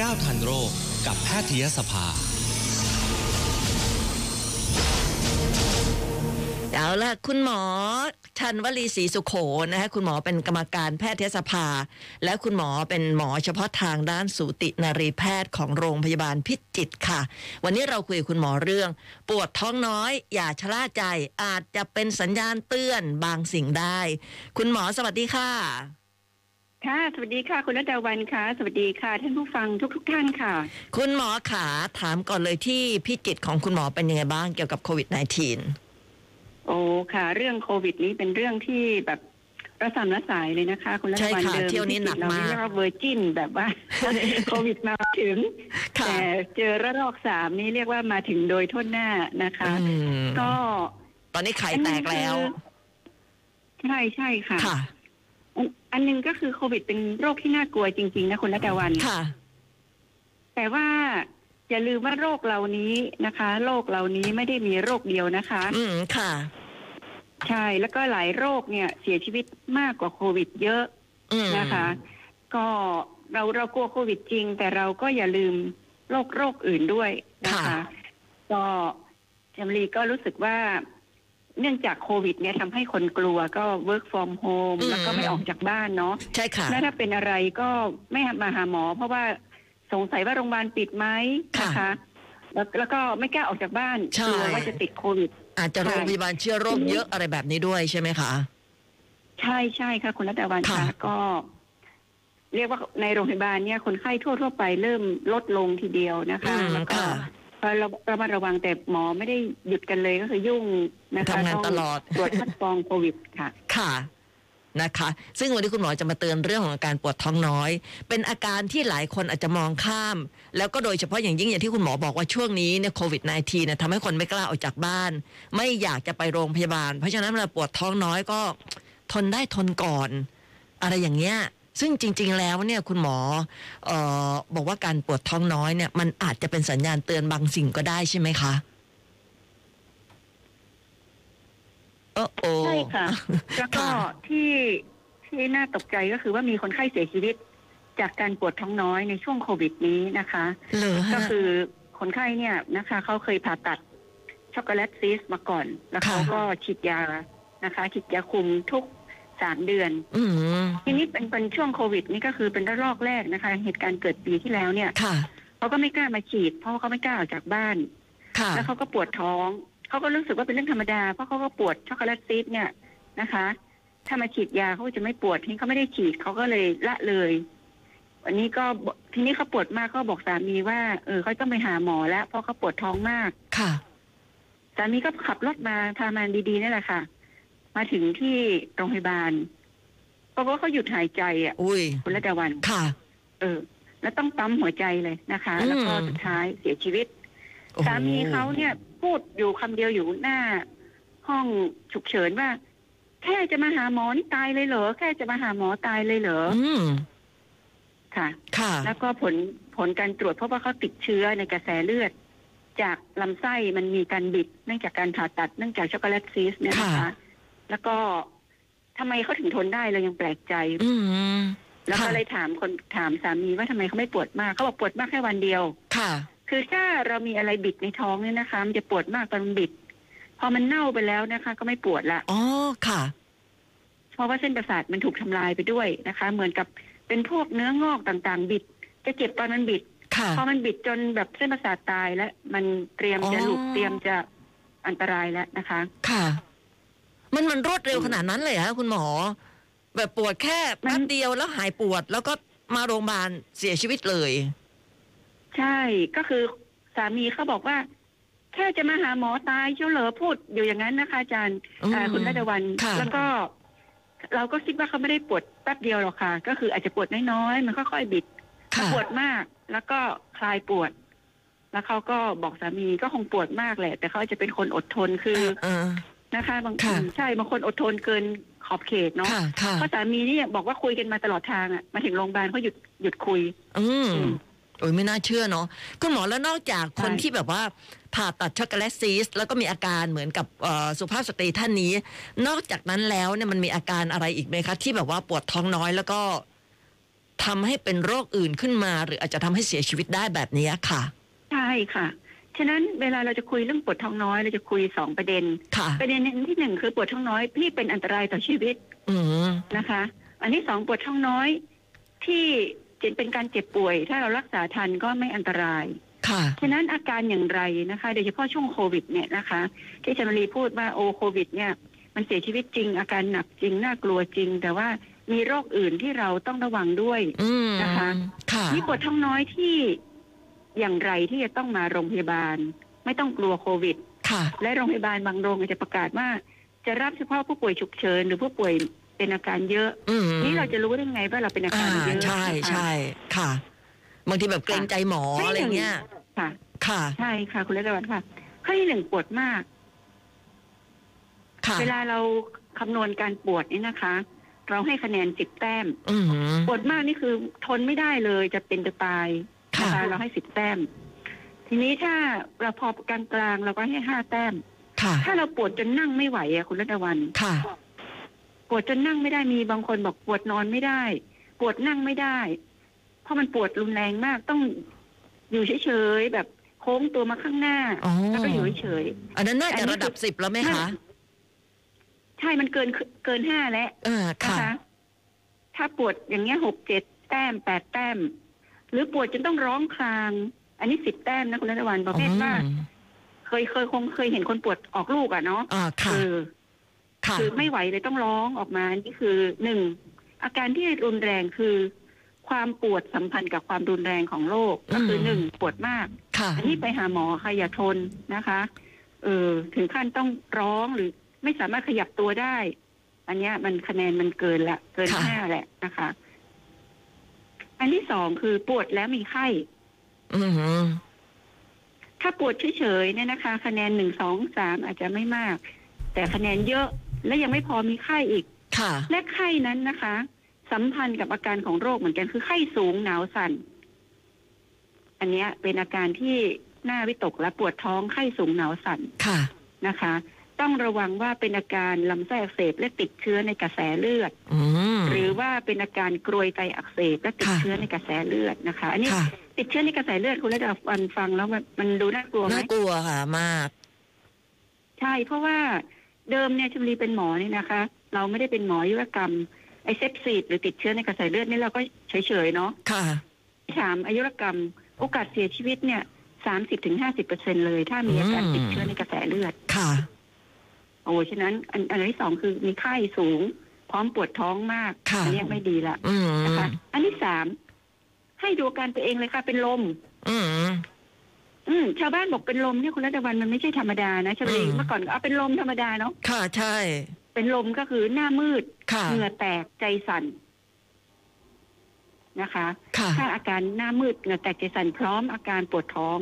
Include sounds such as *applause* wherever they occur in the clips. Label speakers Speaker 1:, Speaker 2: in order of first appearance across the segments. Speaker 1: ก้าวทันโรคกับแพทยสภา
Speaker 2: เอาล่ะคุณหมอชันวลีศรีสุขโขนะคะคุณหมอเป็นกรรมการแพทยสภา และคุณหมอเป็นหมอเฉพาะทางด้านสูตินรีแพทย์ของโรงพยาบาลพิจิตรค่ะ วันนี้เราคุยกับคุณหมอเรื่อง ปวดท้องน้อย อย่าชะล่าใจอาจจะเป็นสัญญาณเตือนบางสิ่งได้ คุณหมอสวัสดีค่ะ
Speaker 3: ค่ะ สวัสดีค่ะ คุณรัตดาวันค่ะ สวัสดีค่ะ ท่านผู้ฟังทุก ๆ ท่านค่ะ
Speaker 2: คุณหมอขาถามก่อนเลยที่พิจิตรของคุณหมอเป็นยังไงบ้างเกี่ยวกับโควิด -19
Speaker 3: โอ้ค่ะ เรื่องโควิดนี้เป็นเรื่องที่แบบระสำระสายเลยนะคะ คุณรัต
Speaker 2: ใช่
Speaker 3: ดาวัน
Speaker 2: ค่ะ
Speaker 3: เดิม
Speaker 2: เที่ยวนี้หนัก
Speaker 3: เรา
Speaker 2: มาก
Speaker 3: เรียกว่าเวอร์จินแบบว่า โควิดมาถึง
Speaker 2: ค่ะ
Speaker 3: แต่เจอระลอกสามนี่เรียกว่ามาถึงโดยทั่วหน้านะคะ
Speaker 2: อืม
Speaker 3: ก็
Speaker 2: ตอนนี้ไข่แตกแล้ว
Speaker 3: ใช่ใช่ค่ะ
Speaker 2: ค่ะ
Speaker 3: อันอันหนึงก็คือโควิดเป็นโรคที่น่ากลัวจริง ๆ นะคุณรัตดาวัน
Speaker 2: ค่ะ
Speaker 3: แต่ว่าอย่าลืมว่าโรคเหล่านี้นะคะโรคเหล่านี้ไม่ได้มีโรคเดียวนะคะ
Speaker 2: อืมค่ะ
Speaker 3: ใช่แล้วก็หลายโรคเนี่ยเสียชีวิตมากกว่าโควิดเยอะ
Speaker 2: อืม
Speaker 3: นะคะ ก็เราเรากลัวโควิดจริง แต่เราก็อย่าลืมโรคโรคอื่นด้วยนะคะ ก็จำรีก็รู้สึกว่า เนื่องจากโควิด เนี่ยทำให้คนกลัวก็ work from home
Speaker 2: อืม
Speaker 3: แล้วก็ไม่ออกจากบ้านเนาะ
Speaker 2: ใช่ค่ะ
Speaker 3: แล้วถ้าเป็นอะไรก็ไม่มาหาหมอ เพราะว่าสงสัยว่าโรงพยาบาลปิดไหมนะคะ แล้วแล้วก็ไม่กล้าออกจากบ้าน
Speaker 2: ใช่
Speaker 3: กลัวว่าจะติดโควิด
Speaker 2: อาจจะโรงพยาบาลเชื้อโรคเยอะอะไรแบบนี้ด้วยใช่ไหมคะ
Speaker 3: ใช่ใช่ค่ะ คุณรัตดาวัน
Speaker 2: ค่ะ
Speaker 3: ค่ะก็ เรียกว่าในโรงพยาบาลเนี่ยคนไข้ทั่วทั่วๆไปเริ่มลดลงทีเดียวนะ
Speaker 2: อื
Speaker 3: คะ
Speaker 2: ม
Speaker 3: แล้วก็
Speaker 2: ค่ะ
Speaker 3: เราระมัดระวังแต่หมอไม่ได้หยุดกันเลยก็คือยุ่งนะคะ
Speaker 2: ทำงานตลอด
Speaker 3: ตรวจคัดกรองโควิดค่ะ
Speaker 2: ค่ะนะคะ ซึ่งวันนี้คุณหมอจะมาเตือนเรื่องของอาการปวดท้องน้อย เป็นอาการที่หลายคนอาจจะมองข้าม แล้วก็โดยเฉพาะอย่างยิ่งอย่างที่คุณหมอบอกว่าช่วงนี้เนี่ยโควิด -19 เนี่ยทำให้คนไม่กล้าออกจากบ้าน ไม่อยากจะไปโรงพยาบาล เพราะฉะนั้นเวลาปวดท้องน้อยก็ทนได้ทนก่อน อะไรอย่างเงี้ย ซึ่งจริง ๆ แล้วเนี่ยคุณหมอเอ่อบอกว่าการปวดท้องน้อยเนี่ยมันอาจจะเป็นสัญญาณเตือนบางสิ่งก็ได้ใช่ไหมคะโอ้โอ
Speaker 3: ใช่ค่ะ แล้วก็
Speaker 2: ค่ะ
Speaker 3: ที่ที่น่าตกใจก็คือว่ามีคนไข้เสียชีวิต จากการปวดท้องน้อยในช่วงโควิดนี้นะคะ
Speaker 2: เหรอฮะ
Speaker 3: ก็คือคนไข้เนี่ยนะคะเขาเคยผ่าตัดช็อกโกแลตซีสต์มาก่อน แล้วเขา
Speaker 2: ค่ะ
Speaker 3: ก็ฉีดยานะคะฉีดยาคุมทุกสามเดือน
Speaker 2: อืม
Speaker 3: ทีนี้เป็นเป็นช่วงโควิด นี่ก็คือเป็นระลอกแรกนะคะ เหตุการณ์เกิดปีที่แล้วเนี่ย
Speaker 2: ค่ะ
Speaker 3: เขาก็ไม่กล้ามาฉีด เพราะว่าเขาไม่กล้าออกจากบ้าน
Speaker 2: ค่ะ
Speaker 3: แล้วเขาก็ปวดท้อง เขาก็รู้สึกว่าเป็นเรื่องธรรมดา เพราะเขาก็ปวดช็อกโกแลตซีสเนี่ยนะคะ ถ้ามาฉีดยาเขาจะไม่ปวด ทีนี้เขาไม่ได้ฉีดเขาก็เลยละเลย วันนี้ก็บอกทีนี้เขาปวดมากก็บอกสามีว่า เออเขาต้องไปหาหมอแล้ว เพราะเขาปวดท้องมาก
Speaker 2: ค่ะ
Speaker 3: สามีก็ขับรถมาทางมานดีๆนี่แหละค่ะ มาถึงที่โรงพยาบาลปรากฏว่าเขาหยุดหายใจอ่ะ
Speaker 2: อุ้ย
Speaker 3: คุณระดาวัน
Speaker 2: ค่ะ
Speaker 3: เออ แล้วต้องปั๊มหัวใจเลยนะคะ
Speaker 2: อืม
Speaker 3: แล้วก็สุดท้ายเสียชีวิต
Speaker 2: โอ้โห
Speaker 3: สามีเขาเนี่ยพูดอยู่คำเดียวอยู่หน้า ห้องฉุกเฉินว่า แค่จะมาหาหมอนี่ตายเลยเหรอแค่จะมาหาหมอตายเลยเหรอ
Speaker 2: อืม
Speaker 3: ค่ะ
Speaker 2: ค่ะ
Speaker 3: แล้วก็ผลผลการตรวจพบว่าเขาติดเชื้อในกระแสเลือด จากลำไส้มันมีการบิดเนื่องจากการผ่าตัดเนื่องจากช็อกโกแลตซีสต์เนี่ยนะคะ
Speaker 2: ค่ะ
Speaker 3: แล้วก็ทำไมเขาถึงทนได้เรายังแปลกใจ
Speaker 2: อืม
Speaker 3: แล้วก็
Speaker 2: ค่ะ
Speaker 3: เลยถามคนถามสามีว่าทำไมเขาไม่ปวดมากเขาบอกปวดมากแค่วันเดียว
Speaker 2: ค่ะ
Speaker 3: คือถ้าเรามีอะไรบิดในท้องเนี่ยนะคะ มันจะปวดมากตอนมันบิด พอมันเน่าไปแล้วนะคะ ก็ไม่ปวดละ
Speaker 2: อ๋อ ค่ะ
Speaker 3: เพราะว่าเส้นประสาทมันถูกทำลายไปด้วยนะคะ เหมือนกับเป็นพวกเนื้องอกต่างๆ บิด จะเจ็บตอนมันบิด
Speaker 2: ค่ะ
Speaker 3: พอมันบิดจนแบบเส้นประสาทตายและมันเตรียม
Speaker 2: อ๋อ
Speaker 3: จะหลุดเตรียมจะอันตรายแล้วนะคะ
Speaker 2: ค่ะ มันมันรวดเร็วขนาดนั้นเลยฮะคุณหมอ แบบปวดแค่แป๊บเดียวแล้วหายปวดแล้วก็มาโรงพยาบาลเสียชีวิตเลย
Speaker 3: ใช่ก็คือสามีเขาบอกว่า แค่จะมาหาหมอตายเชียวเหรอพูดอยู่อย่างนั้นนะคะอาจารย์
Speaker 2: อืม
Speaker 3: อ่าคุณรัตวัน
Speaker 2: ค่ะ
Speaker 3: แล้วก็ เราก็คิดว่าเขาไม่ได้ปวดแป๊บเดียวหรอกค่ะ ก็คืออาจจะปวดน้อยๆมันค่อยๆบิด
Speaker 2: ค่ะ
Speaker 3: ปวดมากแล้วก็คลายปวด แล้วเขาก็บอกสามีก็คงปวดมากแหละ แต่เขาอาจจะเป็นคนอดทนคือ
Speaker 2: เออ
Speaker 3: นะคะ บาง
Speaker 2: ค่ะ
Speaker 3: ใช่บางคนอดทนเกินขอบเขตเนาะ
Speaker 2: ค่ะ ค่ะ
Speaker 3: เพราะสามีเนี่ยบอกว่าคุยกันมาตลอดทางอะมาถึงโรงพยาบาลเขาหยุดหยุดคุย
Speaker 2: อืม
Speaker 3: อืม
Speaker 2: โอ้ยไม่น่าเชื่อเนาะคุณหมอแล้วนอกจากคน
Speaker 3: ใช่
Speaker 2: ที่แบบว่าผ่าตัดช็อกโกแลตซีสต์แล้วก็มีอาการเหมือนกับเอ่อสุภาพสตรีท่านนี้ นอกจากนั้นแล้วเนี่ยมันมีอาการอะไรอีกไหมคะ ที่แบบว่าปวดท้องน้อยแล้วก็ ทำให้เป็นโรคอื่นขึ้นมา หรืออาจจะทำให้เสียชีวิตได้แบบนี้ค่ะ
Speaker 3: ใช่ค่ะ ฉะนั้นเวลาเราจะคุยเรื่องปวดท้องน้อยเราจะคุยสองประเด็น
Speaker 2: ค่ะ
Speaker 3: ประเด็นที่หนึ่งคือปวดท้องน้อยที่เป็นอันตรายต่อชีวิต
Speaker 2: อืม
Speaker 3: นะคะ อันที่สองปวดท้องน้อย ที่จะเป็นการเจ็บป่วย ถ้าเรารักษาทันก็ไม่อันตราย
Speaker 2: ค่ะ
Speaker 3: ฉะนั้นอาการอย่างไรนะคะโดยเฉพาะช่วงโควิดเนี่ยนะคะ ที่ชมรีพูดว่าโอโควิดเนี่ยมันเสียชีวิตจริง อาการหนักจริงน่ากลัวจริง แต่ว่ามีโรคอื่นที่เราต้องระวังด้วย
Speaker 2: อืม
Speaker 3: นะคะ
Speaker 2: ค่ะ
Speaker 3: นี่ปวดท้องน้อยที่อย่างไรที่จะต้องมาโรงพยาบาล ไม่ต้องกลัวโควิด
Speaker 2: ค่ะ
Speaker 3: และโรงพยาบาลบางโรงอาจจะประกาศว่า จะรับเฉพาะผู้ป่วยฉุกเฉินหรือผู้ป่วยเป็นอาการเยอะ
Speaker 2: อืม
Speaker 3: นี่เราจะรู้ได้ไงว่าเราเป็นอา
Speaker 2: อ่า
Speaker 3: การเยอะ
Speaker 2: ใช่
Speaker 3: นะคะ
Speaker 2: ใช่ค่ะ บางทีแบบเกรงใจหมอ
Speaker 3: ไม่
Speaker 2: อะไร
Speaker 3: อย่าง
Speaker 2: เงี้ย
Speaker 3: ค่ะ
Speaker 2: ค่ะ
Speaker 3: ใช่ค่ะ คุณเลกวันค่ะข้อที่หนึ่งปวดมาก
Speaker 2: ค่ะ
Speaker 3: เวลาเราคำนวณการปวดนี่นะคะ เราให้คะแนนสิบแต้ม
Speaker 2: อืม
Speaker 3: ปวดมากนี่คือทนไม่ได้เลยจะเป็นจะตายนะ
Speaker 2: ค่ะ
Speaker 3: คะเราให้สิบแต้ม ทีนี้ถ้าเราพอกลางกลางๆเราก็ให้ห้าแต้ม
Speaker 2: ค่ะ
Speaker 3: ถ้าเราปวดจนนั่งไม่ไหวอะคุณรัตวัน
Speaker 2: ค่ะ
Speaker 3: ปวดจนนั่งไม่ได้มีบางคนบอกปวดนอนไม่ได้ ปวดนั่งไม่ได้ เพราะมันปวดรุนแรงมากต้องอยู่เฉยๆแบบโค้งตัวมาข้างหน้า
Speaker 2: อ๋อ
Speaker 3: แล้วก็อยู่เฉย
Speaker 2: อันนั้นน่า
Speaker 3: อันนี้
Speaker 2: จะระดับสิบแล้วไหมคะ
Speaker 3: ใช่มันเกินเกินห้าแล้ว
Speaker 2: เออ
Speaker 3: นะ
Speaker 2: ค่ะ
Speaker 3: คะถ้าปวดอย่างเงี้ยหกเจ็ดแต้มแปดแต้ม หรือปวดจนต้องร้องคราง อันนี้สิบแต้มนะคุณรัตวันประเภทว่า
Speaker 2: อืม
Speaker 3: เคยเคยคงเคยเห็นคนปวดออกลูกอะเนาะ
Speaker 2: อ่าค่ะ
Speaker 3: เออ
Speaker 2: ค่ะ
Speaker 3: คือไม่ไหวเลยต้องร้องออกมานี่คือหนึ่งอาการที่รุนแรงคือ ความปวดสัมพันธ์กับความรุนแรงของโรคก็คือ
Speaker 2: ม
Speaker 3: หนึ่งปวดมาก
Speaker 2: ค่ะ
Speaker 3: อันนี้ไปหาหมอค่ะอย่าทนนะคะเออถึงขั้นต้องร้องหรือไม่สามารถขยับตัวได้ อันเนี้ยมันคะแนนมันเกินละ เกิน
Speaker 2: ค่ะ
Speaker 3: ห้าแหละนะคะ อันที่สองคือปวดแล้วมีไข้
Speaker 2: อืม
Speaker 3: ถ้าปวดเฉยๆเนี่ยนะคะ คะแนนหนึ่งสองสามอาจจะไม่มาก แต่คะแนนเยอะและยังไม่พอมีไข้อีก
Speaker 2: ค่ะ
Speaker 3: และไข้นั้นนะคะ สัมพันธ์กับอาการของโรคเหมือนกันคือไข้สูงหนาวสั่น อันเนี้ยเป็นอาการที่น่าวิตกและปวดท้องไข้สูงหนาวสั่น
Speaker 2: ค่ะ
Speaker 3: นะคะ ต้องระวังว่าเป็นอาการลำไส้อักเสบและติดเชื้อในกระแสเลือด
Speaker 2: อืม
Speaker 3: หรือว่าเป็นอาการกรวยไตอักเสบและติด
Speaker 2: ค่ะ
Speaker 3: เชื้อในกระแสเลือดนะคะ อันนี้
Speaker 2: ค่ะ
Speaker 3: ติดเชื้อในกระแสเลือดคุณระดาวันฟังแล้วมันมันดูน่ากลัวไหม
Speaker 2: น่ากลัวค่ะมาก
Speaker 3: ใช่ เพราะว่าเดิมเนี่ยชมรีเป็นหมอเนี่ยนะคะ เราไม่ได้เป็นหมอยุรกรรมไอเซปซีดหรือติดเชื้อในกระแสเลือดนี่เราก็เฉยๆเนาะ
Speaker 2: ค่ะ
Speaker 3: ถามอายุรกรรม โอกาสเสียชีวิตเนี่ยสามสิบถึงห้าสิบเปอร์เซ็นเลย ถ้ามีอาการ
Speaker 2: อืม
Speaker 3: ติดเชื้อในกระแสเลือด
Speaker 2: ค่ะ
Speaker 3: โอ้ฉะนั้นอันอันที่สองคือมีไข้สูง พร้อมปวดท้องมาก
Speaker 2: ค่ะ
Speaker 3: อัเนี้ยไม่ดีละ
Speaker 2: อืม
Speaker 3: นะคะ อันที่สามให้ดูอาการตัวเองเลยค่ะเป็นลม
Speaker 2: อืม
Speaker 3: อืมชาวบ้านบอกเป็นลมเนี่ยคุณรัตวันมันไม่ใช่ธรรมดานะชมรี
Speaker 2: อืม
Speaker 3: เมื่อก่อนก็เอาเป็นลมธรรมดาเนาะ
Speaker 2: ค่ะใช่
Speaker 3: เป็นลมก็คือหน้ามืด
Speaker 2: ค่ะ
Speaker 3: เหงื่อแตกใจสั่นนะคะ
Speaker 2: ค่ะ
Speaker 3: ถ้าอาการหน้ามืดเหงื่อแตกใจสั่นพร้อมอาการปวดท้อง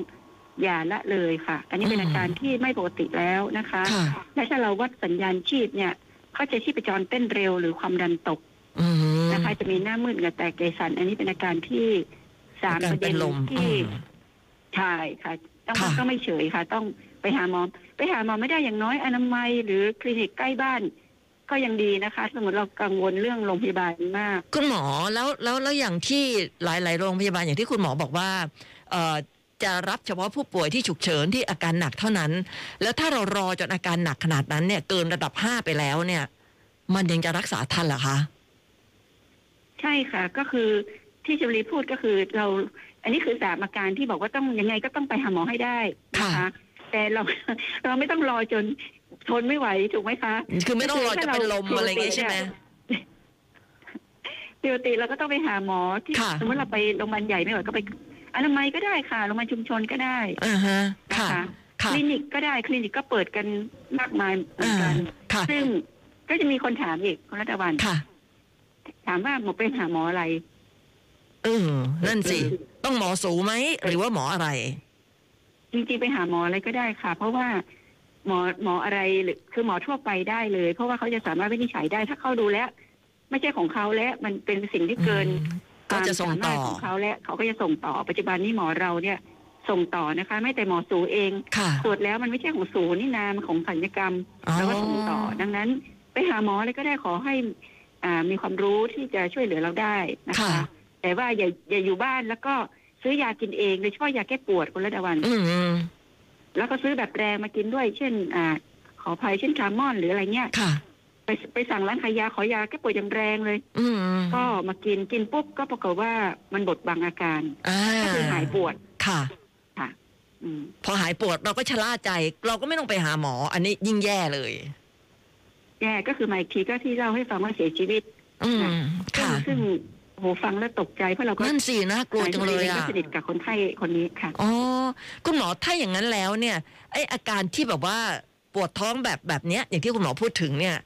Speaker 3: อย่าละเลยค่ะ อันนี้เป็น
Speaker 2: อืม
Speaker 3: อาการที่ไม่ปกติแล้วนะคะ
Speaker 2: ค่ะ
Speaker 3: และถ้าเราวัดสัญญาณชีพเนี่ยก็จะชีพจรเต้นเร็วหรือความดันตก
Speaker 2: อืม
Speaker 3: นะคะ จะมีหน้ามืดเหงื่อแตกใจสั่นอันนี้เป็นอาการที่สาม
Speaker 2: อ
Speaker 3: ป
Speaker 2: ก
Speaker 3: ระ
Speaker 2: เป็
Speaker 3: เด็
Speaker 2: น
Speaker 3: น
Speaker 2: ลมอื
Speaker 3: ที่
Speaker 2: ม
Speaker 3: ใช่ค่ะต้อง
Speaker 2: ค่ะ
Speaker 3: ก็ไม่เฉยค่ะ ต้องไปหาหมอไปหาหมอไม่ได้อย่างน้อยอนามัยหรือคลินิกใกล้บ้าน ก็ยังดีนะคะสมมติเรากังวลเรื่องโรงพยาบาลมาก
Speaker 2: คุณหมอแล้วแล้วแล้วอย่างที่หลาย ๆ โรงพยาบาลอย่างที่คุณหมอบอกว่าเอ่อจะรับเฉพาะผู้ป่วยที่ฉุกเฉินที่อาการหนักเท่านั้น แล้วถ้าเรารอจนอาการหนักขนาดนั้นเนี่ยเกินระดับห้าไปแล้วเนี่ย มันยังจะรักษาทันเหรอคะ
Speaker 3: ใช่ค่ะ ก็คือที่ชมรีพูดก็คือเรา อันนี้คือสามอาการที่บอกว่าต้องยังไงก็ต้องไปหาหมอให้ได้นะคะ
Speaker 2: ค่ะ
Speaker 3: แต่เรา *laughs* เราไม่ต้องรอจนทนไม่ไหวถูกไหมคะ
Speaker 2: คือไม่ต้องรอจะเป็นลมอะไรอย่างงี้ใช่ไหม
Speaker 3: *laughs* ปกติเราก็ต้องไปหาหมอที่
Speaker 2: ค่ะ
Speaker 3: สมมติเราไปโรงพยาบาลใหญ่ไม่ไหวก็ไปอนามัยก็ได้ค่ะโรงพยาบาลชุมชนก็ได้
Speaker 2: อ่าฮะ
Speaker 3: นะ
Speaker 2: ค่ะ
Speaker 3: คะ ค
Speaker 2: ค่ะ
Speaker 3: ลินิกก็ได้คลินิกก็เปิดกันมากมายเหมือน
Speaker 2: อ่า
Speaker 3: กัน
Speaker 2: ค่ะ
Speaker 3: ซึ่งก็จะมีคนถามอีกคุณรัตวัน
Speaker 2: ค่ะ
Speaker 3: ถามว่าหมอไปหาหมออะไร
Speaker 2: เออนั่นสิ ต้องหมอสูไหมหรือว่าหมออะไร
Speaker 3: จริงๆไปหาหมออะไรก็ได้ค่ะ เพราะว่าหมอหมออะไรหรือคือหมอทั่วไปได้เลย เพราะว่าเขาจะสามารถวินิจฉัยได้ ถ้าเขาดูแล้ว ไม่ใช่ของเขาแล้วมันเป็นสิ่งที่เกิน
Speaker 2: ก็จะส่งต่อ
Speaker 3: ความสามารถของเขาแล้วเขาก็จะส่งต่อ ปัจจุบันนี้หมอเราเนี่ย ส่งต่อนะคะ ไม่แต่หมอสูเอง
Speaker 2: ค่ะ
Speaker 3: ตรวจแล้วมันไม่ใช่ของสูนี่นามันของสัญญกรรมเราก็ส่งต่อ ดังนั้น ไปหาหมออะไรก็ได้ขอให้ อ่ามีความรู้ที่จะช่วยเหลือเราได้นะคะ
Speaker 2: ค่ะ
Speaker 3: แต่ว่าอย่าอย่าอยู่บ้านแล้วก็ซื้อยากินเองโดยเฉพาะยาแก้ปวดคุณระดาวัน
Speaker 2: อืม
Speaker 3: แล้วก็ซื้อแบบแรงมากินด้วย เช่น อ่า ขออภัยเช่นคาร์มอนหรืออะไรเงี้ย
Speaker 2: ค่ะ
Speaker 3: ไปไปสั่งร้านขายยาขอยาแก้ปวดอย่างแรงเลย
Speaker 2: อืม
Speaker 3: ก็มากินกินปุ๊บก็ปรากฏว่ามันบดบังอาการ
Speaker 2: อ่า
Speaker 3: ก็คือหายปวด
Speaker 2: ค่ะ
Speaker 3: อืม
Speaker 2: พอหายปวดเราก็ชะล่าใจ เราก็ไม่ต้องไปหาหมอ อันนี้ยิ่งแย่เลย
Speaker 3: แย่ก็คือมาอีกทีก็ที่เล่าให้ฟังว่าเสียชีวิต
Speaker 2: อืม
Speaker 3: ซึ่ง
Speaker 2: ค่ะ
Speaker 3: ซึ่งโหฟังแล้วตกใจเพราะเราก็
Speaker 2: นั่นสิน่ากลัวจังเลยอ่ะ
Speaker 3: ไม่สนิทกับคนไข้คนนี้ค่ะ
Speaker 2: อ๋อคุณหมอถ้าอย่างนั้นแล้วเนี่ยไออาการที่แบบว่าปวดท้องแบบแบบเนี้ย อย่างที่คุณหมอพูดถึงเนี่ย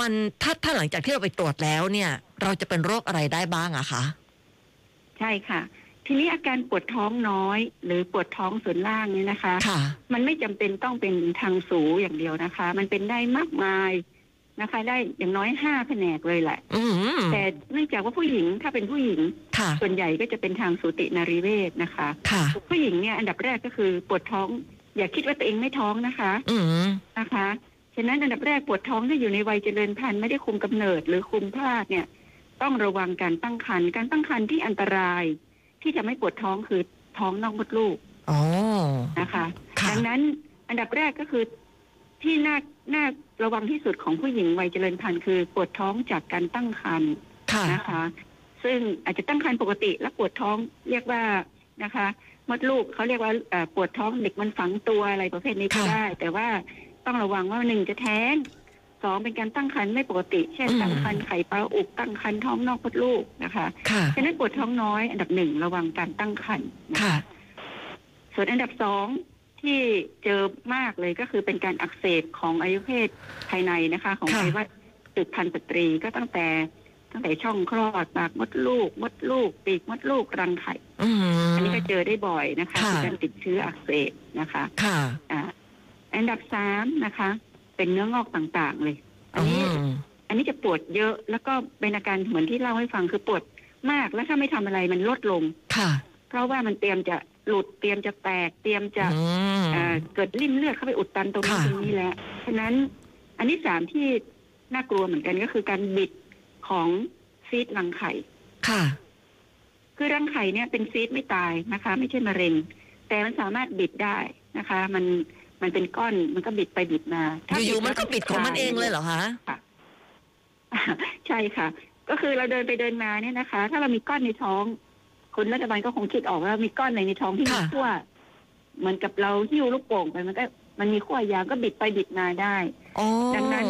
Speaker 2: มันถ้าถ้าหลังจากที่เราไปตรวจแล้วเนี่ย เราจะเป็นโรคอะไรได้บ้างอะคะ
Speaker 3: ใช่ค่ะ ทีนี้อาการปวดท้องน้อย หรือปวดท้องส่วนล่างเนี่ยนะคะ
Speaker 2: ค่ะ
Speaker 3: มันไม่จำเป็นต้องเป็นทางสูงอย่างเดียวนะคะ มันเป็นได้มากมายนะคะ ได้อย่างน้อยห้าแผนกเลยแหละ
Speaker 2: อืม
Speaker 3: แต่เนื่องจากว่าผู้หญิงถ้าเป็นผู้หญิง
Speaker 2: ค่ะ
Speaker 3: ส่วนใหญ่ก็จะเป็นทางสูตินารีเวชนะคะ
Speaker 2: ค่ะ
Speaker 3: ผู้หญิงเนี่ยอันดับแรกก็คือปวดท้อง อย่าคิดว่าตัวเองไม่ท้องนะคะ
Speaker 2: อืม
Speaker 3: นะคะฉะนั้นอันดับแรกปวดท้องถ้าอยู่ในวัยเจริญพันธุ์ไม่ได้คุมกำเนิดหรือคุมพลาดเนี่ย ต้องระวังการตั้งครรภ์การตั้งครรภ์ที่อันตราย ที่จะไม่ปวดท้องคือท้องนอกมดลูก
Speaker 2: อ๋อ
Speaker 3: นะคะ
Speaker 2: ค่ะ
Speaker 3: ดันั้นอันดับแรกก็คือที่น่าน่าระวังที่สุดของผู้หญิงวัยเจริญพันธุ์คือปวดท้องจากการตั้งครรภ์
Speaker 2: ค่ะ
Speaker 3: นะคะ ซึ่งอาจจะตั้งครรภ์ปกติ แล้วปวดท้องเรียกว่านะคะมดลูกเขาเรียกว่าเอ่อปวดท้องเด็กมันฝังตัวอะไรประเภทนี้ก็
Speaker 2: ค่ะ
Speaker 3: ได้ แต่ว่าต้องระวังว่าหนึ่งจะแท้งสองเป็นการตั้งครรภ์ไม่ปกติ เช่นตั้งครรภ์ไข่ปลาอุกตั้งครรภ์ท้องนอกมดลูกนะคะ
Speaker 2: ค่ะ
Speaker 3: ฉะนั้นปวดท้องน้อย อันดับหนึ่งระวังการตั้งครรภ์นะ
Speaker 2: ค่ะ
Speaker 3: ส่วนอันดับสองที่เจอมากเลยก็คือเป็นการอักเสบของอายุเพศภายในนะคะ ของ
Speaker 2: ค่ะ
Speaker 3: ไวรัสสืบพันธุ์สตรีก็ตั้งแต่ตั้งแต่ช่องคลอดปากมดลูก มดลูก ปีกมดลูกรังไข่
Speaker 2: อืม
Speaker 3: อันนี้ก็เจอได้บ่อยนะคะ
Speaker 2: ค่ะ
Speaker 3: คือการติดเชื้ออักเสบนะคะ
Speaker 2: ค่ะ
Speaker 3: อ่าอันดับสามนะคะ เป็นเนื้องอกต่างๆ เลย อัน
Speaker 2: อื
Speaker 3: นี้
Speaker 2: ม
Speaker 3: อันนี้จะปวดเยอะแล้วก็เป็นอาการเหมือนที่เล่าให้ฟังคือปวดมากแล้วถ้าไม่ทำอะไรมันลดลง
Speaker 2: ค่ะ
Speaker 3: เพราะว่ามันเตรียมจะหลุดเตรียมจะแตกเตรียมจะ
Speaker 2: อืม
Speaker 3: เอ่อเกิดริ่มเลือดเข้าไปอุดตันตรงนี้
Speaker 2: ค่ะ
Speaker 3: ตรงนี้แล้วฉะนั้นอันที่สามที่น่ากลัวเหมือนกันก็คือการบิดของซีดรังไข่
Speaker 2: ค่ะ
Speaker 3: คือรังไข่เนี่ยเป็นซีสต์ไม่ตายนะคะ ไม่ใช่มะเร็ง แต่มันสามารถบิดได้นะคะ มันมันเป็นก้อนมันก็บิดไปบิดมาถ้า
Speaker 2: อยู่ๆมันก็ปิดของมันเองเลยเหรอคะ
Speaker 3: *laughs* ใช่ค่ะ ก็คือเราเดินไปเดินมาเนี่ยนะคะ ถ้าเรามีก้อนในท้องคุณรัฐบาลก็คงคิดออกว่ามีก้อนอะไรในท้องที่มี
Speaker 2: ค่ะ
Speaker 3: ขั้วเหมือนกับเราหิ้วลูกโป่งไปมันก็ มันมีขั้วยางก็บิดไปบิดมาได้
Speaker 2: อ๋อ
Speaker 3: ดังนั้น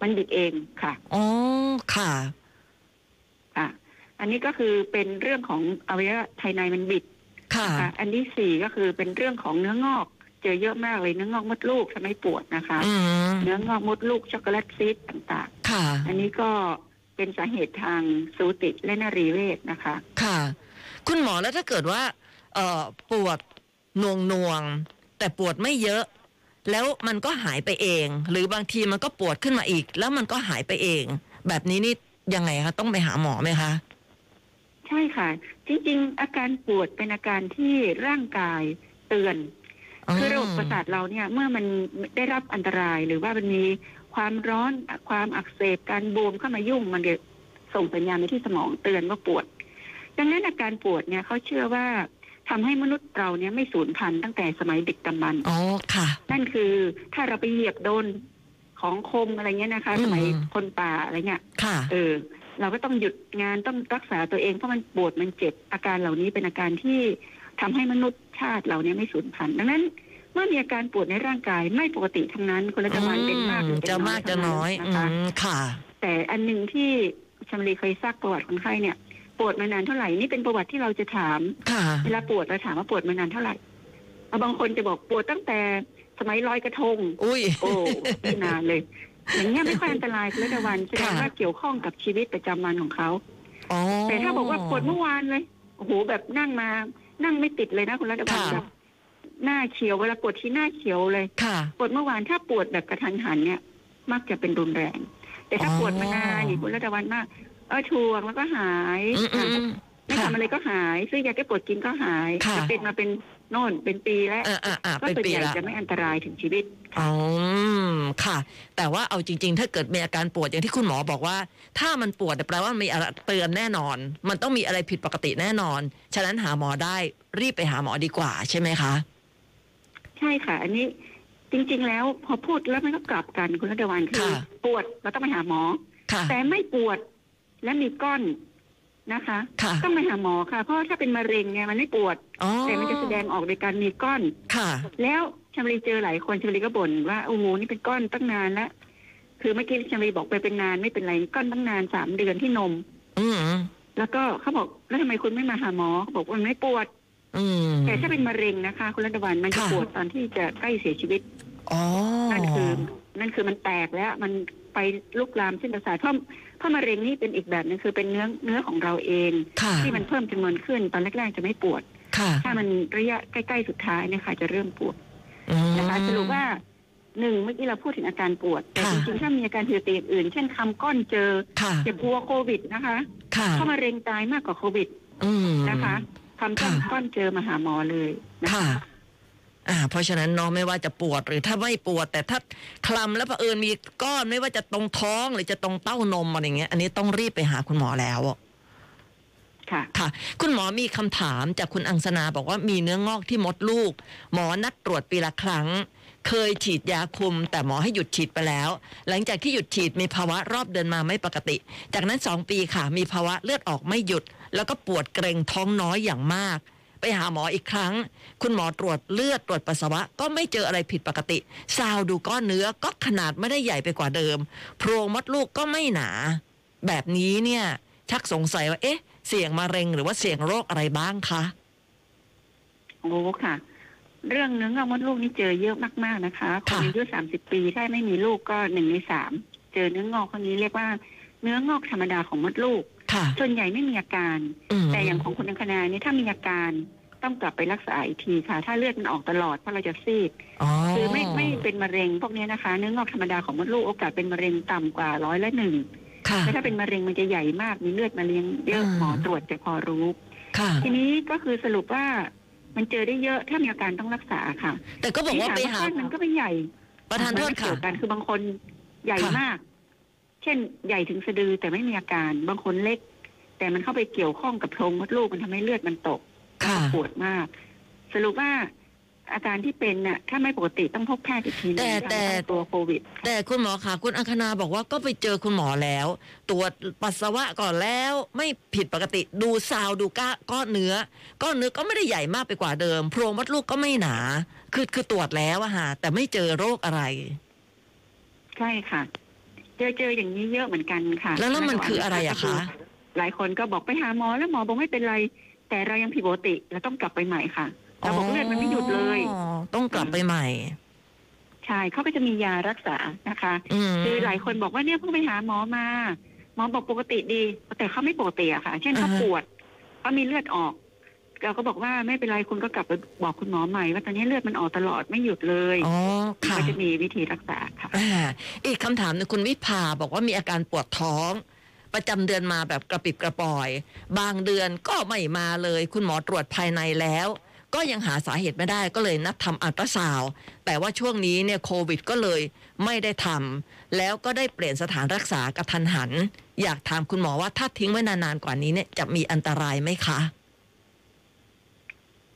Speaker 3: มันบิดเองค่ะ
Speaker 2: อ๋อค่ะ
Speaker 3: อ่ะ อันนี้ก็คือเป็นเรื่องของอวัยวะภายในมันบิด
Speaker 2: ค่ะ
Speaker 3: ค่ะอันที่สี่ก็คือเป็นเรื่องของเนื้องอก เจอเยอะมากเลยเนื้องอกมดลูกทำให้ปวดนะคะ
Speaker 2: อืม
Speaker 3: เนื้องอกมดลูกช็อกโกแลตซีดต่าง
Speaker 2: ค่ะ
Speaker 3: ๆ อันนี้ก็เป็นสาเหตุทางสูติและนรีเวชนะคะ
Speaker 2: ค่ะ คุณหมอแล้วถ้าเกิดว่า เอ่อ ปวดหน่วงหน่วงๆแต่ปวดไม่เยอะ แล้วมันก็หายไปเอง หรือบางทีมันก็ปวดขึ้นมาอีก แล้วมันก็หายไปเอง แบบนี้นี่ยังไงคะต้องไปหาหมอไหมคะ
Speaker 3: ใช่ค่ะ จริงๆ อาการปวดเป็นอาการที่ร่างกายเตือน คือระบบประสาทเราเนี่ยเมื่อมันได้รับอันตรายหรือว่ามันมีความร้อนความอักเสบการบวมเข้ามายุ่งมันจะส่งสัญญาณไปที่สมองเตือนว่าปวด ดังนั้นอาการปวดเนี่ยเขาเชื่อว่าทำให้มนุษย์เราเนี่ยไม่สูญพันธุ์ตั้งแต่สมัยดึกดำบรรพ์
Speaker 2: อ๋อค่ะ
Speaker 3: นั่นคือถ้าเราไปเหยียบโดนของคมอะไรเงี้ยนะคะ สมัย
Speaker 2: อืม
Speaker 3: คนป่าอะไรเงี้ย
Speaker 2: ค่ะ
Speaker 3: เออ เราก็ต้องหยุดงานต้องรักษาตัวเองเพราะมันปวดมันเจ็บอาการเหล่านี้เป็นอาการที่ ทำให้มนุษย์ชาติเราเนี่ยไม่สูญพันธุ์ดังนั้น เมื่อมีอาการปวดในร่างกายไม่ปกติทั้งนั้นคนละจำวันเป็นมากหรือเป็น
Speaker 2: จะ
Speaker 3: น้
Speaker 2: มา
Speaker 3: อย
Speaker 2: กจะน้อย
Speaker 3: ทั้ง
Speaker 2: อื
Speaker 3: นะคะ
Speaker 2: ม ค่ะ
Speaker 3: แต่อันหนึ่งที่ชมรีเคยซักประวัติคนไข้เนี่ย ปวดมานานเท่าไหร่นี่เป็นประวัติที่เราจะถาม
Speaker 2: ค่ะ
Speaker 3: เวลาปวดเราถามว่าปวดมานานเท่าไหร่เอาบางคนจะบอกปวดตั้งแต่สมัยลอยกระทง
Speaker 2: อุ้ย
Speaker 3: โอ้ไม่นานเลย อย่างเงี้ยไม่ค่อยอันตรายคนละจำวันแสดง
Speaker 2: ค่ะ
Speaker 3: ว่าเกี่ยวข้องกับชีวิตประจำวันของเขา
Speaker 2: อ๋อ
Speaker 3: แต่ถ้าบอกว่าปวดเมื่อวานเลยโอ้โหแบบนั่งมา นั่งไม่ติดเลยนะคุณรัตบัล
Speaker 2: ค่ะ
Speaker 3: แบบหน้าเขียวเวลาปวดที่หน้าเขียวเลย
Speaker 2: ค่ะ
Speaker 3: ปวดเมื่อวานถ้าปวดแบบกระทันหันเนี่ย มักจะเป็นรุนแรง แต่ถ้า
Speaker 2: อ๋อ
Speaker 3: ปวดมานานอย่างคุณรัตบัลมากเออทวงแล้วก็หาย
Speaker 2: อืมอืมอืม
Speaker 3: ไม่
Speaker 2: ค่ะ
Speaker 3: ทำอะไรก็หายซื้อยาแก้ปวดกินก็หาย
Speaker 2: ค่ะ
Speaker 3: จะเป็นมาเป็นโน่นเป็นปีแล้ว
Speaker 2: อ่าอ่าอ่า
Speaker 3: ก็
Speaker 2: เป็น
Speaker 3: ส่วน
Speaker 2: ปี
Speaker 3: ใหญ่
Speaker 2: ละ
Speaker 3: จะไม่อันตรายถึงชีวิต
Speaker 2: อ๋อค่ะ แต่ว่าเอาจริง ๆ ถ้าเกิดมีอาการปวดอย่างที่คุณหมอบอกว่า ถ้ามันปวดเนี่ยแปลว่ามีอะไรเตือนแน่นอน มันต้องมีอะไรผิดปกติแน่นอน ฉะนั้นหาหมอได้รีบไปหาหมอดีกว่าใช่ไหมคะ
Speaker 3: ใช่ค่ะ อันนี้จริง ๆ แล้วพอพูดแล้วมันก็กลับกันคุณรัตวันคือ
Speaker 2: ค่ะ
Speaker 3: ปวดเราต้องไปหาหมอ
Speaker 2: ค่ะ
Speaker 3: แต่ไม่ปวดและมีก้อนนะคะ
Speaker 2: ค่ะ
Speaker 3: ต้องไปหาหมอค่ะ เพราะว่าถ้าเป็นมะเร็งเนี่ยมันไม่ปวด
Speaker 2: อ๋อ
Speaker 3: แต่มันจะแสดงออกโดยการมีก้อน
Speaker 2: ค่ะ
Speaker 3: แล้วชมรีเจอหลายคนชมรีก็บ่นว่าโอ้โหนี่เป็นก้อนตั้งนานแล้วคือเมื่อกี้ชมรีบอกไปเป็นนานไม่เป็นไรก้อนตั้งนานสามเดือนที่นม
Speaker 2: อืม
Speaker 3: แล้วก็เขาบอกแล้วทำไมคุณไม่มาหาหมอเขาบอกว่ามันไม่ปวด
Speaker 2: อืม
Speaker 3: แต่ถ้าเป็นมะเร็งนะคะ คุณรัตวันมันจะ
Speaker 2: ค่ะ
Speaker 3: ปวดตอนที่จะใกล้เสียชีวิต
Speaker 2: อ๋อ
Speaker 3: นั่นคือนั่นคือมันแตกแล้วมันไปลุกลามเส้นประสาทเพราะเพราะมะเร็งนี่เป็นอีกแบบหนึงคือเป็นเนื้อเนื้อของเราเอง
Speaker 2: ค่ะ
Speaker 3: ที่มันเพิ่มจำนวนขึ้น ตอนแรกๆจะไม่ปวด
Speaker 2: ค่ะ
Speaker 3: ถ้ามันระยะใกล้ๆสุดท้ายเนะคะจะเริ่มปวด
Speaker 2: อืม
Speaker 3: นะคะสรุปว่าหนึ่งเมื่อกี้เราพูดถึงอาการปวด แต่
Speaker 2: ค่ะ
Speaker 3: จริงๆถ้ามีอาการผิดปกติอื่น เช่นคำก้อนเจอ
Speaker 2: ค่ะ
Speaker 3: เจ็บพัวโควิดนะคะ
Speaker 2: ค่ะ
Speaker 3: เพราะมะเร็งตายมากกว่าโควิด
Speaker 2: อืม
Speaker 3: นะคะคำก้อน
Speaker 2: ค่ะ
Speaker 3: ก้อนเจอมาหาหมอเลยนะคะ
Speaker 2: ค่ะ อ่า เพราะฉะนั้นน้องไม่ว่าจะปวดหรือถ้าไม่ปวด แต่ถ้าคลำแล้วเผอิญมีก้อนไม่ว่าจะตรงท้องหรือจะตรงเต้านมอะไรเงี้ย อันนี้ต้องรีบไปหาคุณหมอแล้วอะ
Speaker 3: ค่ะ
Speaker 2: ค่ะ คุณหมอมีคำถามจากคุณอังสนาบอกว่ามีเนื้องอกที่มดลูก หมอนัดตรวจปีละครั้ง เคยฉีดยาคุม แต่หมอให้หยุดฉีดไปแล้ว หลังจากที่หยุดฉีดมีภาวะรอบเดินมาไม่ปกติ จากนั้น 2 ปีค่ะ มีภาวะเลือดออกไม่หยุด แล้วก็ปวดเกร็งท้องน้อยอย่างมาก ไปหาหมออีกครั้ง คุณหมอตรวจเลือดตรวจปัสสาวะ ก็ไม่เจออะไรผิดปกติ ซาวดูก้อนเนื้อก็ขนาดไม่ได้ใหญ่ไปกว่าเดิม โพรงมดลูกก็ไม่หนา แบบนี้เนี่ยชักสงสัยว่าเอ๊ะ เสี่ยงมะเร็งหรือว่าเสี่ยงโรคอะไรบ้างคะ
Speaker 3: โอ้ค่ะ เรื่องเนื้องอกมดลูกนี่เจอเยอะมากๆนะคะคนอายุสามสิบปีถ้าไม่มีลูกก็หนึ่งในสามเจอเนื้องอกคนนี้เรียกว่าเนื้องอกธรรมดาของมดลูก
Speaker 2: ค่ะ
Speaker 3: ส่วนใหญ่ไม่มีอาการ
Speaker 2: ม
Speaker 3: แต่อย่างของคุณอังคณานี่ถ้ามีอาการต้องกลับไปรักษาอีกทีค่ะ ถ้าเลือดมันออกตลอดเพราะเราจะซีด
Speaker 2: อ๋อ
Speaker 3: คือไม่ไม่เป็นมะเร็งพวกนี้นะคะ เนื้องอกธรรมดาของมดลูกโอกาสเป็นมะเร็งต่ำกว่าร้อยละหนึ่ง
Speaker 2: ค่ะ
Speaker 3: แต่ถ้าเป็นมะเร็งมันจะใหญ่มากมีเลือดมาเลี้ยงเยอะ
Speaker 2: อืม
Speaker 3: หมอตรวจจะพอรู้
Speaker 2: ค่ะ *laughs*
Speaker 3: ทีนี้ก็คือสรุปว่ามันเจอได้เยอะถ้ามีอาการต้องรักษาค่ะ
Speaker 2: แต่ก็บอกว่าไปหา
Speaker 3: ที่ถมว่ก้อนมันก็ไม่ใหญ่
Speaker 2: ประธานโทษ
Speaker 3: มัไม่
Speaker 2: ค่ะ
Speaker 3: เกี่ยวกันคือบางคนใหญ่
Speaker 2: ค่ะ
Speaker 3: มาก เช่นใหญ่ถึงสะดือแต่ไม่มีอาการ บางคนเล็ก แต่มันเข้าไปเกี่ยวข้องกับโพรงมดลูกมันทำให้เลือดมันตก
Speaker 2: ค่ะ
Speaker 3: ปวดมาก สรุปว่าอาการที่เป็นน่ะ ถ้าไม่ปกติต้องพบแพทย์อีกทีหนึง
Speaker 2: แต่แต่
Speaker 3: ถ้าไม่ตัวโควิด
Speaker 2: แต่คุณหมอคะคุณอังคณาบอกว่าก็ไปเจอคุณหมอแล้ว ตรวจปัสสาวะก่อนแล้วไม่ผิดปกติดูซาวดูก้าก้อนเนื้อ ก้อนเนื้อก็ไม่ได้ใหญ่มากไปกว่าเดิม โพรงมดลูกก็ไม่หนา คือคือตรวจแล้วอะฮะแต่ไม่เจอโรคอะไร
Speaker 3: ใช่ค่ะ เจอเจออย่างนี้เยอะเหมือนกันค่ะ
Speaker 2: แล้วแล้วมันคืออะไรอะคะ
Speaker 3: หลายคนก็บอกไปหาหมอแล้วหมอบอกไม่เป็นไร แต่เรายังผิดปกติเราต้องกลับไปใหม่ค่ะเราบอกเลือดมันไม่หยุดเลย
Speaker 2: อ๋อต้องกลับไปใหม่
Speaker 3: ใช่เขาก็จะมียารักษานะคะ
Speaker 2: อืม
Speaker 3: คือหลายคนบอกว่าเนี่ยเพิ่งไปหาหมอมา หมอบอกปกติดี แต่เขาไม่ปกติอะค่ะ เช่นเขา
Speaker 2: อ่าฮะ
Speaker 3: ปวดเขามีเลือดออก เราก็บอกว่าไม่เป็นไรคุณก็กลับไปบอกคุณหมอใหม่ว่าตอนนี้เลือดมันออกตลอดไม่หยุดเลย
Speaker 2: อ๋อค่ะ
Speaker 3: ก็จะมีวิธีรักษาค่ะ
Speaker 2: อ่าอีกคำถามหนึงคุณวิภาบอกว่ามีอาการปวดท้อง ประจำเดือนมาแบบกระปิบกระปอย บางเดือนก็ไม่มาเลย คุณหมอตรวจภายในแล้ว ก็ยังหาสาเหตุไม่ได้ก็เลยนัดทำอัลตราซาวด์แต่ว่าช่วงนี้เนี่ยโควิดก็เลยไม่ได้ทำแล้วก็ได้เปลี่ยนสถานรักษากระทันหัน อยากถามคุณหมอว่าถ้าทิ้งไว้นานๆกว่านี้เนี่ยจะมีอันตรายไหมคะ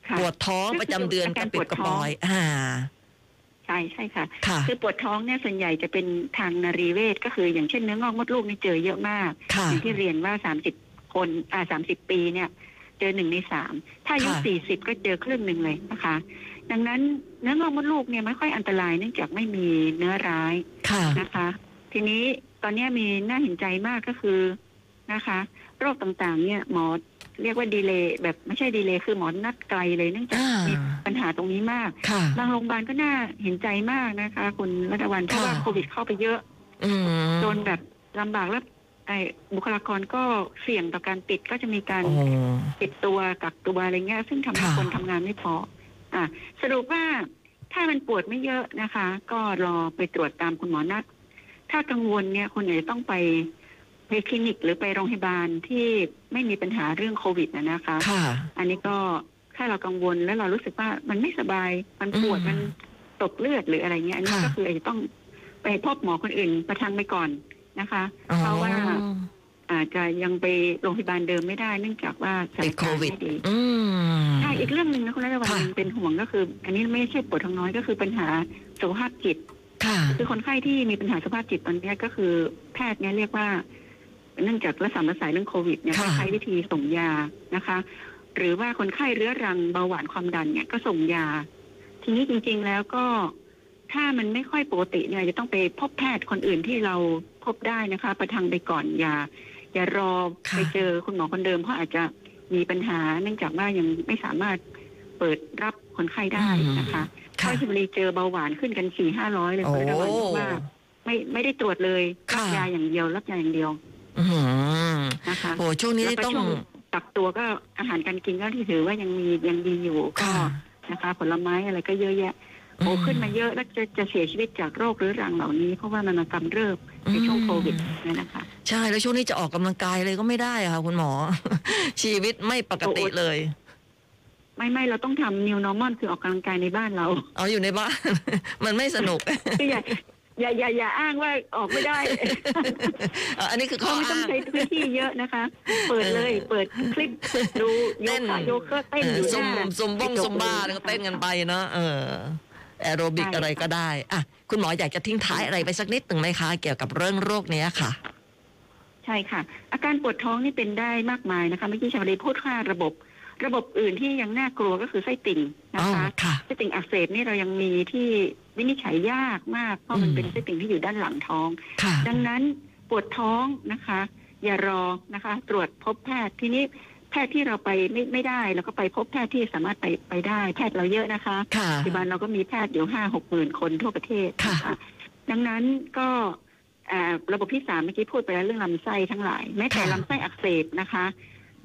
Speaker 3: ค่ะ
Speaker 2: ปวดท้อง
Speaker 3: ก็คือ
Speaker 2: ประจำเดือน
Speaker 3: อาก การ ร
Speaker 2: ปิ
Speaker 3: ป
Speaker 2: บ
Speaker 3: วด
Speaker 2: กระป
Speaker 3: ท้อง
Speaker 2: อยอ่า
Speaker 3: ใช่ใช่ค่ะ
Speaker 2: ค่ะ
Speaker 3: คือปวดท้องเนี่ยส่วนใหญ่จะเป็นทางนรีเวชก็คืออย่างเช่นเนื้องอกมดลูกนี่เจอเยอะมาก
Speaker 2: ค่ะ
Speaker 3: อย่างที่เรียนว่า 30 คน อ่า30 ปีเนี่ย เจอหนึ่งในสาม ถ้าอายุ
Speaker 2: ค่ะ
Speaker 3: 40 ก็เจอครึ่งหนึ่งเลยนะคะ ดังนั้นเนื้องอกมดลูกเนี่ยไม่ค่อยอันตรายเนื่องจากไม่มีเนื้อร้าย
Speaker 2: ค่ะ
Speaker 3: นะคะ ทีนี้ตอนเนี้ยมีน่าเห็นใจมากก็คือนะคะ โรคต่างๆ เนี่ยหมอเรียกว่าดีเลย์แบบไม่ใช่ดีเลย์คือหมอนัดไกลเลยเนื่องจาก
Speaker 2: อ่ามี
Speaker 3: มีปัญหาตรงนี้มาก
Speaker 2: ค่ะ
Speaker 3: บางโรงพยาบาลก็น่าเห็นใจมากนะคะ คุณรัตวันเพราะว่า
Speaker 2: ค่ะ
Speaker 3: โควิดเข้าไปเยอะ
Speaker 2: อืม
Speaker 3: จนแบบลำบากแล้วไอ้บุคลากรก็เสี่ยงต่อการติดก็จะมีการ
Speaker 2: โอ้
Speaker 3: ติดตัวกักตัวอะไรเงี้ย ซึ่งทำให้
Speaker 2: ค่ะ
Speaker 3: คนทำงานไม่พออ่ะสรุปว่าถ้ามันปวดไม่เยอะนะคะ ก็รอไปตรวจตามคุณหมอนัด ถ้ากังวลเนี่ยคุณอาจจะต้องไป ในคลินิกหรือไปโรงพยาบาลที่ไม่มีปัญหาเรื่องโควิดนะนะคะ
Speaker 2: ค่ะ
Speaker 3: อันนี้ก็ถ้าเรากังวลแล้วเรารู้สึกว่ามันไม่สบาย มันปวด
Speaker 2: อืม
Speaker 3: มันตกเลือดหรืออะไรเงี้ย อันนี้
Speaker 2: ค่ะ
Speaker 3: ก็คืออาจจะต้องไปพบหมอคนอื่นประทังไปก่อนนะคะ
Speaker 2: อ๋อ
Speaker 3: เพราะว่าอาจจะยังไปโรงพยาบาลเดิมไม่ได้ เนื่องจากว่าสถาน
Speaker 2: ติดโค
Speaker 3: การณ์
Speaker 2: วิด
Speaker 3: ไม่ดี
Speaker 2: อืม
Speaker 3: ใช่อีกเรื่องหนึ่งนะคุณรัตวัน
Speaker 2: ค่ะ
Speaker 3: เป็นห่วงก็คือ อันนี้ไม่ใช่ปวดท้องน้อยก็คือปัญหาสุขภาพจิต
Speaker 2: ค่ะ
Speaker 3: คือคนไข้ที่มีปัญหาสุขภาพจิตตอนเนี้ยก็คือแพทย์เนี่ยเรียกว่า เนื่องจากระสามระสายเรื่องโควิดเนี่ย
Speaker 2: ค่ะ
Speaker 3: ก็ใช้วิธีส่งยานะคะ หรือว่าคนไข้เรื้อรังเบาหวานความดันเนี่ยก็ส่งยา ทีนี้จริง ๆแล้วก็ถ้ามันไม่ค่อยปกติเนี่ยจะต้องไปพบแพทย์คนอื่นที่เราพบได้นะคะ ประทังไปก่อนอย่าอย่ารอไปเจอคุณหมอคนเดิมเพราะอาจจะมีปัญหา เนื่องจากว่ายังไม่สามารถเปิดรับคนไข้ได้นะคะ
Speaker 2: ค่ะ
Speaker 3: เข้าชลบุรีเจอเบาหวานขึ้นกันสี่ห้าร้อยเลย
Speaker 2: โอ้
Speaker 3: คุณระวังเพราะว่าไม่ไม่ได้ตรวจเลยรั
Speaker 2: ค่ะ
Speaker 3: ยาอย่างเดียวรับยาอย่างเดียว
Speaker 2: อืม
Speaker 3: นะคะ
Speaker 2: โอ้ช่วงนี้
Speaker 3: แล้วก็
Speaker 2: ต้อง
Speaker 3: ช่วงตักตัวก็อาหารการกินก็ที่ถือว่ายังมียังดีอยู่ก็
Speaker 2: ค่ะ
Speaker 3: นะคะ ผลไม้อะไรก็เยอะแยะโอ้
Speaker 2: อืม
Speaker 3: ขึ้นมาเยอะแล้วจะจะเสียชีวิตจากโรคเรื้อรังเหล่านี้ เพราะว่ามันมากำเริบในช่วงโควิด
Speaker 2: อืม
Speaker 3: เนี่ยนะคะ
Speaker 2: ใช่แล้วช่วงนี้จะออกกำลังกายเลยก็ไม่ได้อะค่ะคุณหมอ *laughs* ชีวิตไม่ปกติเลย
Speaker 3: ไม่ไม่เราต้องทำ new normal คือออกกำลังกายในบ้านเรา *laughs*
Speaker 2: เอาอยู่ในบ้าน *laughs* มันไม่สนุก *laughs*
Speaker 3: คืออย่าอย่าอย่าอย่าอ้างว่าออกไม่ได้
Speaker 2: เอ่ออันนี้คือข้
Speaker 3: เขา
Speaker 2: อ
Speaker 3: ไม่ต้อ
Speaker 2: อ้าง ง
Speaker 3: ใช้พื้นที่เยอะนะคะ เปิดเลย เปิดคลิปดูโย
Speaker 2: เต้น
Speaker 3: คะโยคะเต้น
Speaker 2: เออ
Speaker 3: อยู่ห
Speaker 2: ซุม
Speaker 3: น้า
Speaker 2: ซุมบ้องซุมบ้าแล้วก็เต้นกันไปเนาะเออแอโรบิกอะไรก็ได้อ่ะคุณหมออยากจะทิ้งท้ายอะไรไปสักนิดหนึ่งไหมคะ เกี่ยวกับเรื่องโรคเนี้ยค่ะ
Speaker 3: ใช่ค่ะ อาการปวดท้องนี่เป็นได้มากมายนะคะเมื่อกี้ชาวเลพูดว่าระบบ ระบบอื่นที่ยังน่ากลัวก็คือไส้ติ่ง
Speaker 2: อ๋
Speaker 3: นะ
Speaker 2: อ
Speaker 3: คะ
Speaker 2: ค่ะ
Speaker 3: ไส้ติ่งอักเสบนี่เรายังมีที่วินิจฉัยยากมาก เพราะมัน
Speaker 2: อืม
Speaker 3: เป็นไส้ติ่งที่อยู่ด้านหลังท้อง
Speaker 2: ค่ะ
Speaker 3: ดังนั้นปวดท้องนะคะ อย่ารอนะคะ ตรวจพบแพทย์ทีนี้แพทย์ที่เราไปไม่ไม่ได้เราก็ไปพบแพทย์ที่สามารถไปไปได้ แพทย์เราเยอะนะคะ
Speaker 2: ค่ะ
Speaker 3: ปัจจุบันเราก็มีแพทย์อยู่ห้าหกหมื่นคนทั่วประเทศน
Speaker 2: ค่ะ
Speaker 3: ดังนั้นก็เอ่อระบบที่สามเมื่อกี้พูดไปแล้วเรื่องลำไส้ทั้งหลาย แม้แต่ลำไส้อักเสบนะคะ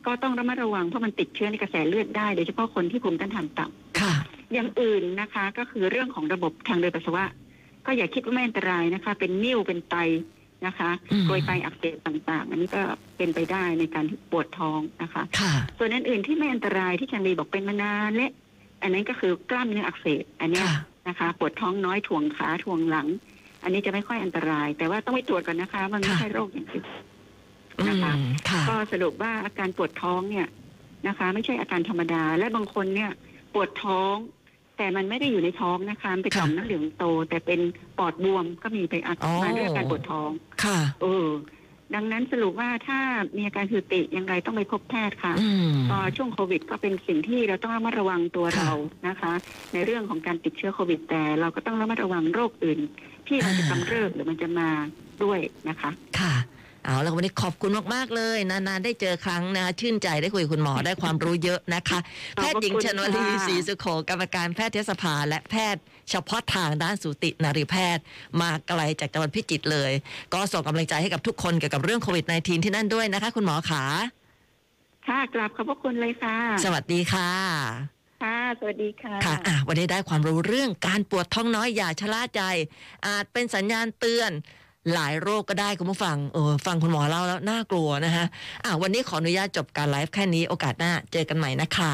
Speaker 3: ก็ต้องระมัดระวังเพราะมันติดเชื้อในกระแสเลือดได้โดยเฉพาะคนที่ภูมิต้านทานต่
Speaker 2: ค่ะ
Speaker 3: ำอย่างอื่นนะคะ ก็คือเรื่องของระบบทางเดินปัสสาวะ ก็อย่าคิดว่าไม่อันตรายนะคะ เป็นนิ่วเป็นไตนะคะ
Speaker 2: อืม
Speaker 3: กรวยไตอักเสบต่าง ๆ อันนี้ก็เป็นไปได้ในการที่ปวดท้องนะคะ
Speaker 2: ค่ะ
Speaker 3: ส่วนอื่นๆที่ไม่อันตรายที่จันดีบอกเป็นมานานและ อันนั้นก็คือกล้ามเนื้ออักเสบอันเนี้ย
Speaker 2: ค่ะ
Speaker 3: นะคะปวดท้องน้อยถ่วงขาถ่วงหลัง อันนี้จะไม่ค่อยอันตราย แต่ว่าต้องไปตรวจก่อนนะคะ มันไม่
Speaker 2: ค่ะ
Speaker 3: ใช่โรคอย่างอื่น
Speaker 2: อื
Speaker 3: นะคะ
Speaker 2: มค่ะ
Speaker 3: ก็สรุปว่าอาการปวดท้องเนี่ยนะคะ ไม่ใช่อาการธรรมดา และบางคนเนี่ยปวดท้อง แต่มันไม่ได้อยู่ในท้องนะคะมันเป็นต่อม
Speaker 2: ค่ะ
Speaker 3: น้ำเหลืองโต แต่เป็นปอดบวมก็มีไปอา
Speaker 2: อ๋อ
Speaker 3: มาด้วยอาการปวดท้อง
Speaker 2: ค่ะ
Speaker 3: เออดังนั้นสรุปว่าถ้ามีอาการผิดปกติยังไงต้องไปพบแพทย์ค่ะ
Speaker 2: อืม
Speaker 3: ก็ช่วงโควิดก็เป็นสิ่งที่เราต้องระมัดระวังตัว
Speaker 2: ค่ะ
Speaker 3: เรานะคะ ในเรื่องของการติดเชื้อโควิด แต่เราก็ต้องระมัดระวังโรคอื่น ที่มันจะ
Speaker 2: อ่า
Speaker 3: กำเริบหรือมันจะมาด้วยนะคะ
Speaker 2: ค่ะ เอาแล้ววันนี้ขอบคุณมาก ๆ เลย นาน ๆ ได้เจอครั้งนะคะชื่นใจได้คุยกับ
Speaker 3: *laughs*
Speaker 2: คุณหมอได้ความรู้เยอะนะคะ
Speaker 3: ข
Speaker 2: แพ
Speaker 3: อบ
Speaker 2: ทย์
Speaker 3: พระ
Speaker 2: หญิง
Speaker 3: คุณ
Speaker 2: ชนวลี
Speaker 3: ค่ะ
Speaker 2: ศรีสุโขกรรมการแพทยสภา และแพทย์เฉพาะทางด้านสูตินารีแพทย์ มาไกลจากจังหวัดพิจิตรเลย ก็ส่งกำลังใจให้กับทุกคนเกี่ยวกับเรื่องโควิด -19 ที่นั่นด้วยนะคะ คุณหมอขา
Speaker 3: ค่ะกราบขอบพระคุณเลยค่ะ
Speaker 2: สวัสดีค่ะ
Speaker 3: ค่ะ สวัสดีค่ะ
Speaker 2: ค่ะอ่ะ วันนี้ได้ความรู้เรื่องการปวดท้องน้อยอย่าชะล่าใจ อาจเป็นสัญญาณเตือนหลายโรคก็ได้คุณผู้ฟัง เออ ฟังคุณหมอเล่าแล้วน่ากลัวนะฮะอ่ะวันนี้ขออนุญาตจบการไลฟ์แค่นี้โอกาสหน้าเจอกันใหม่นะคะ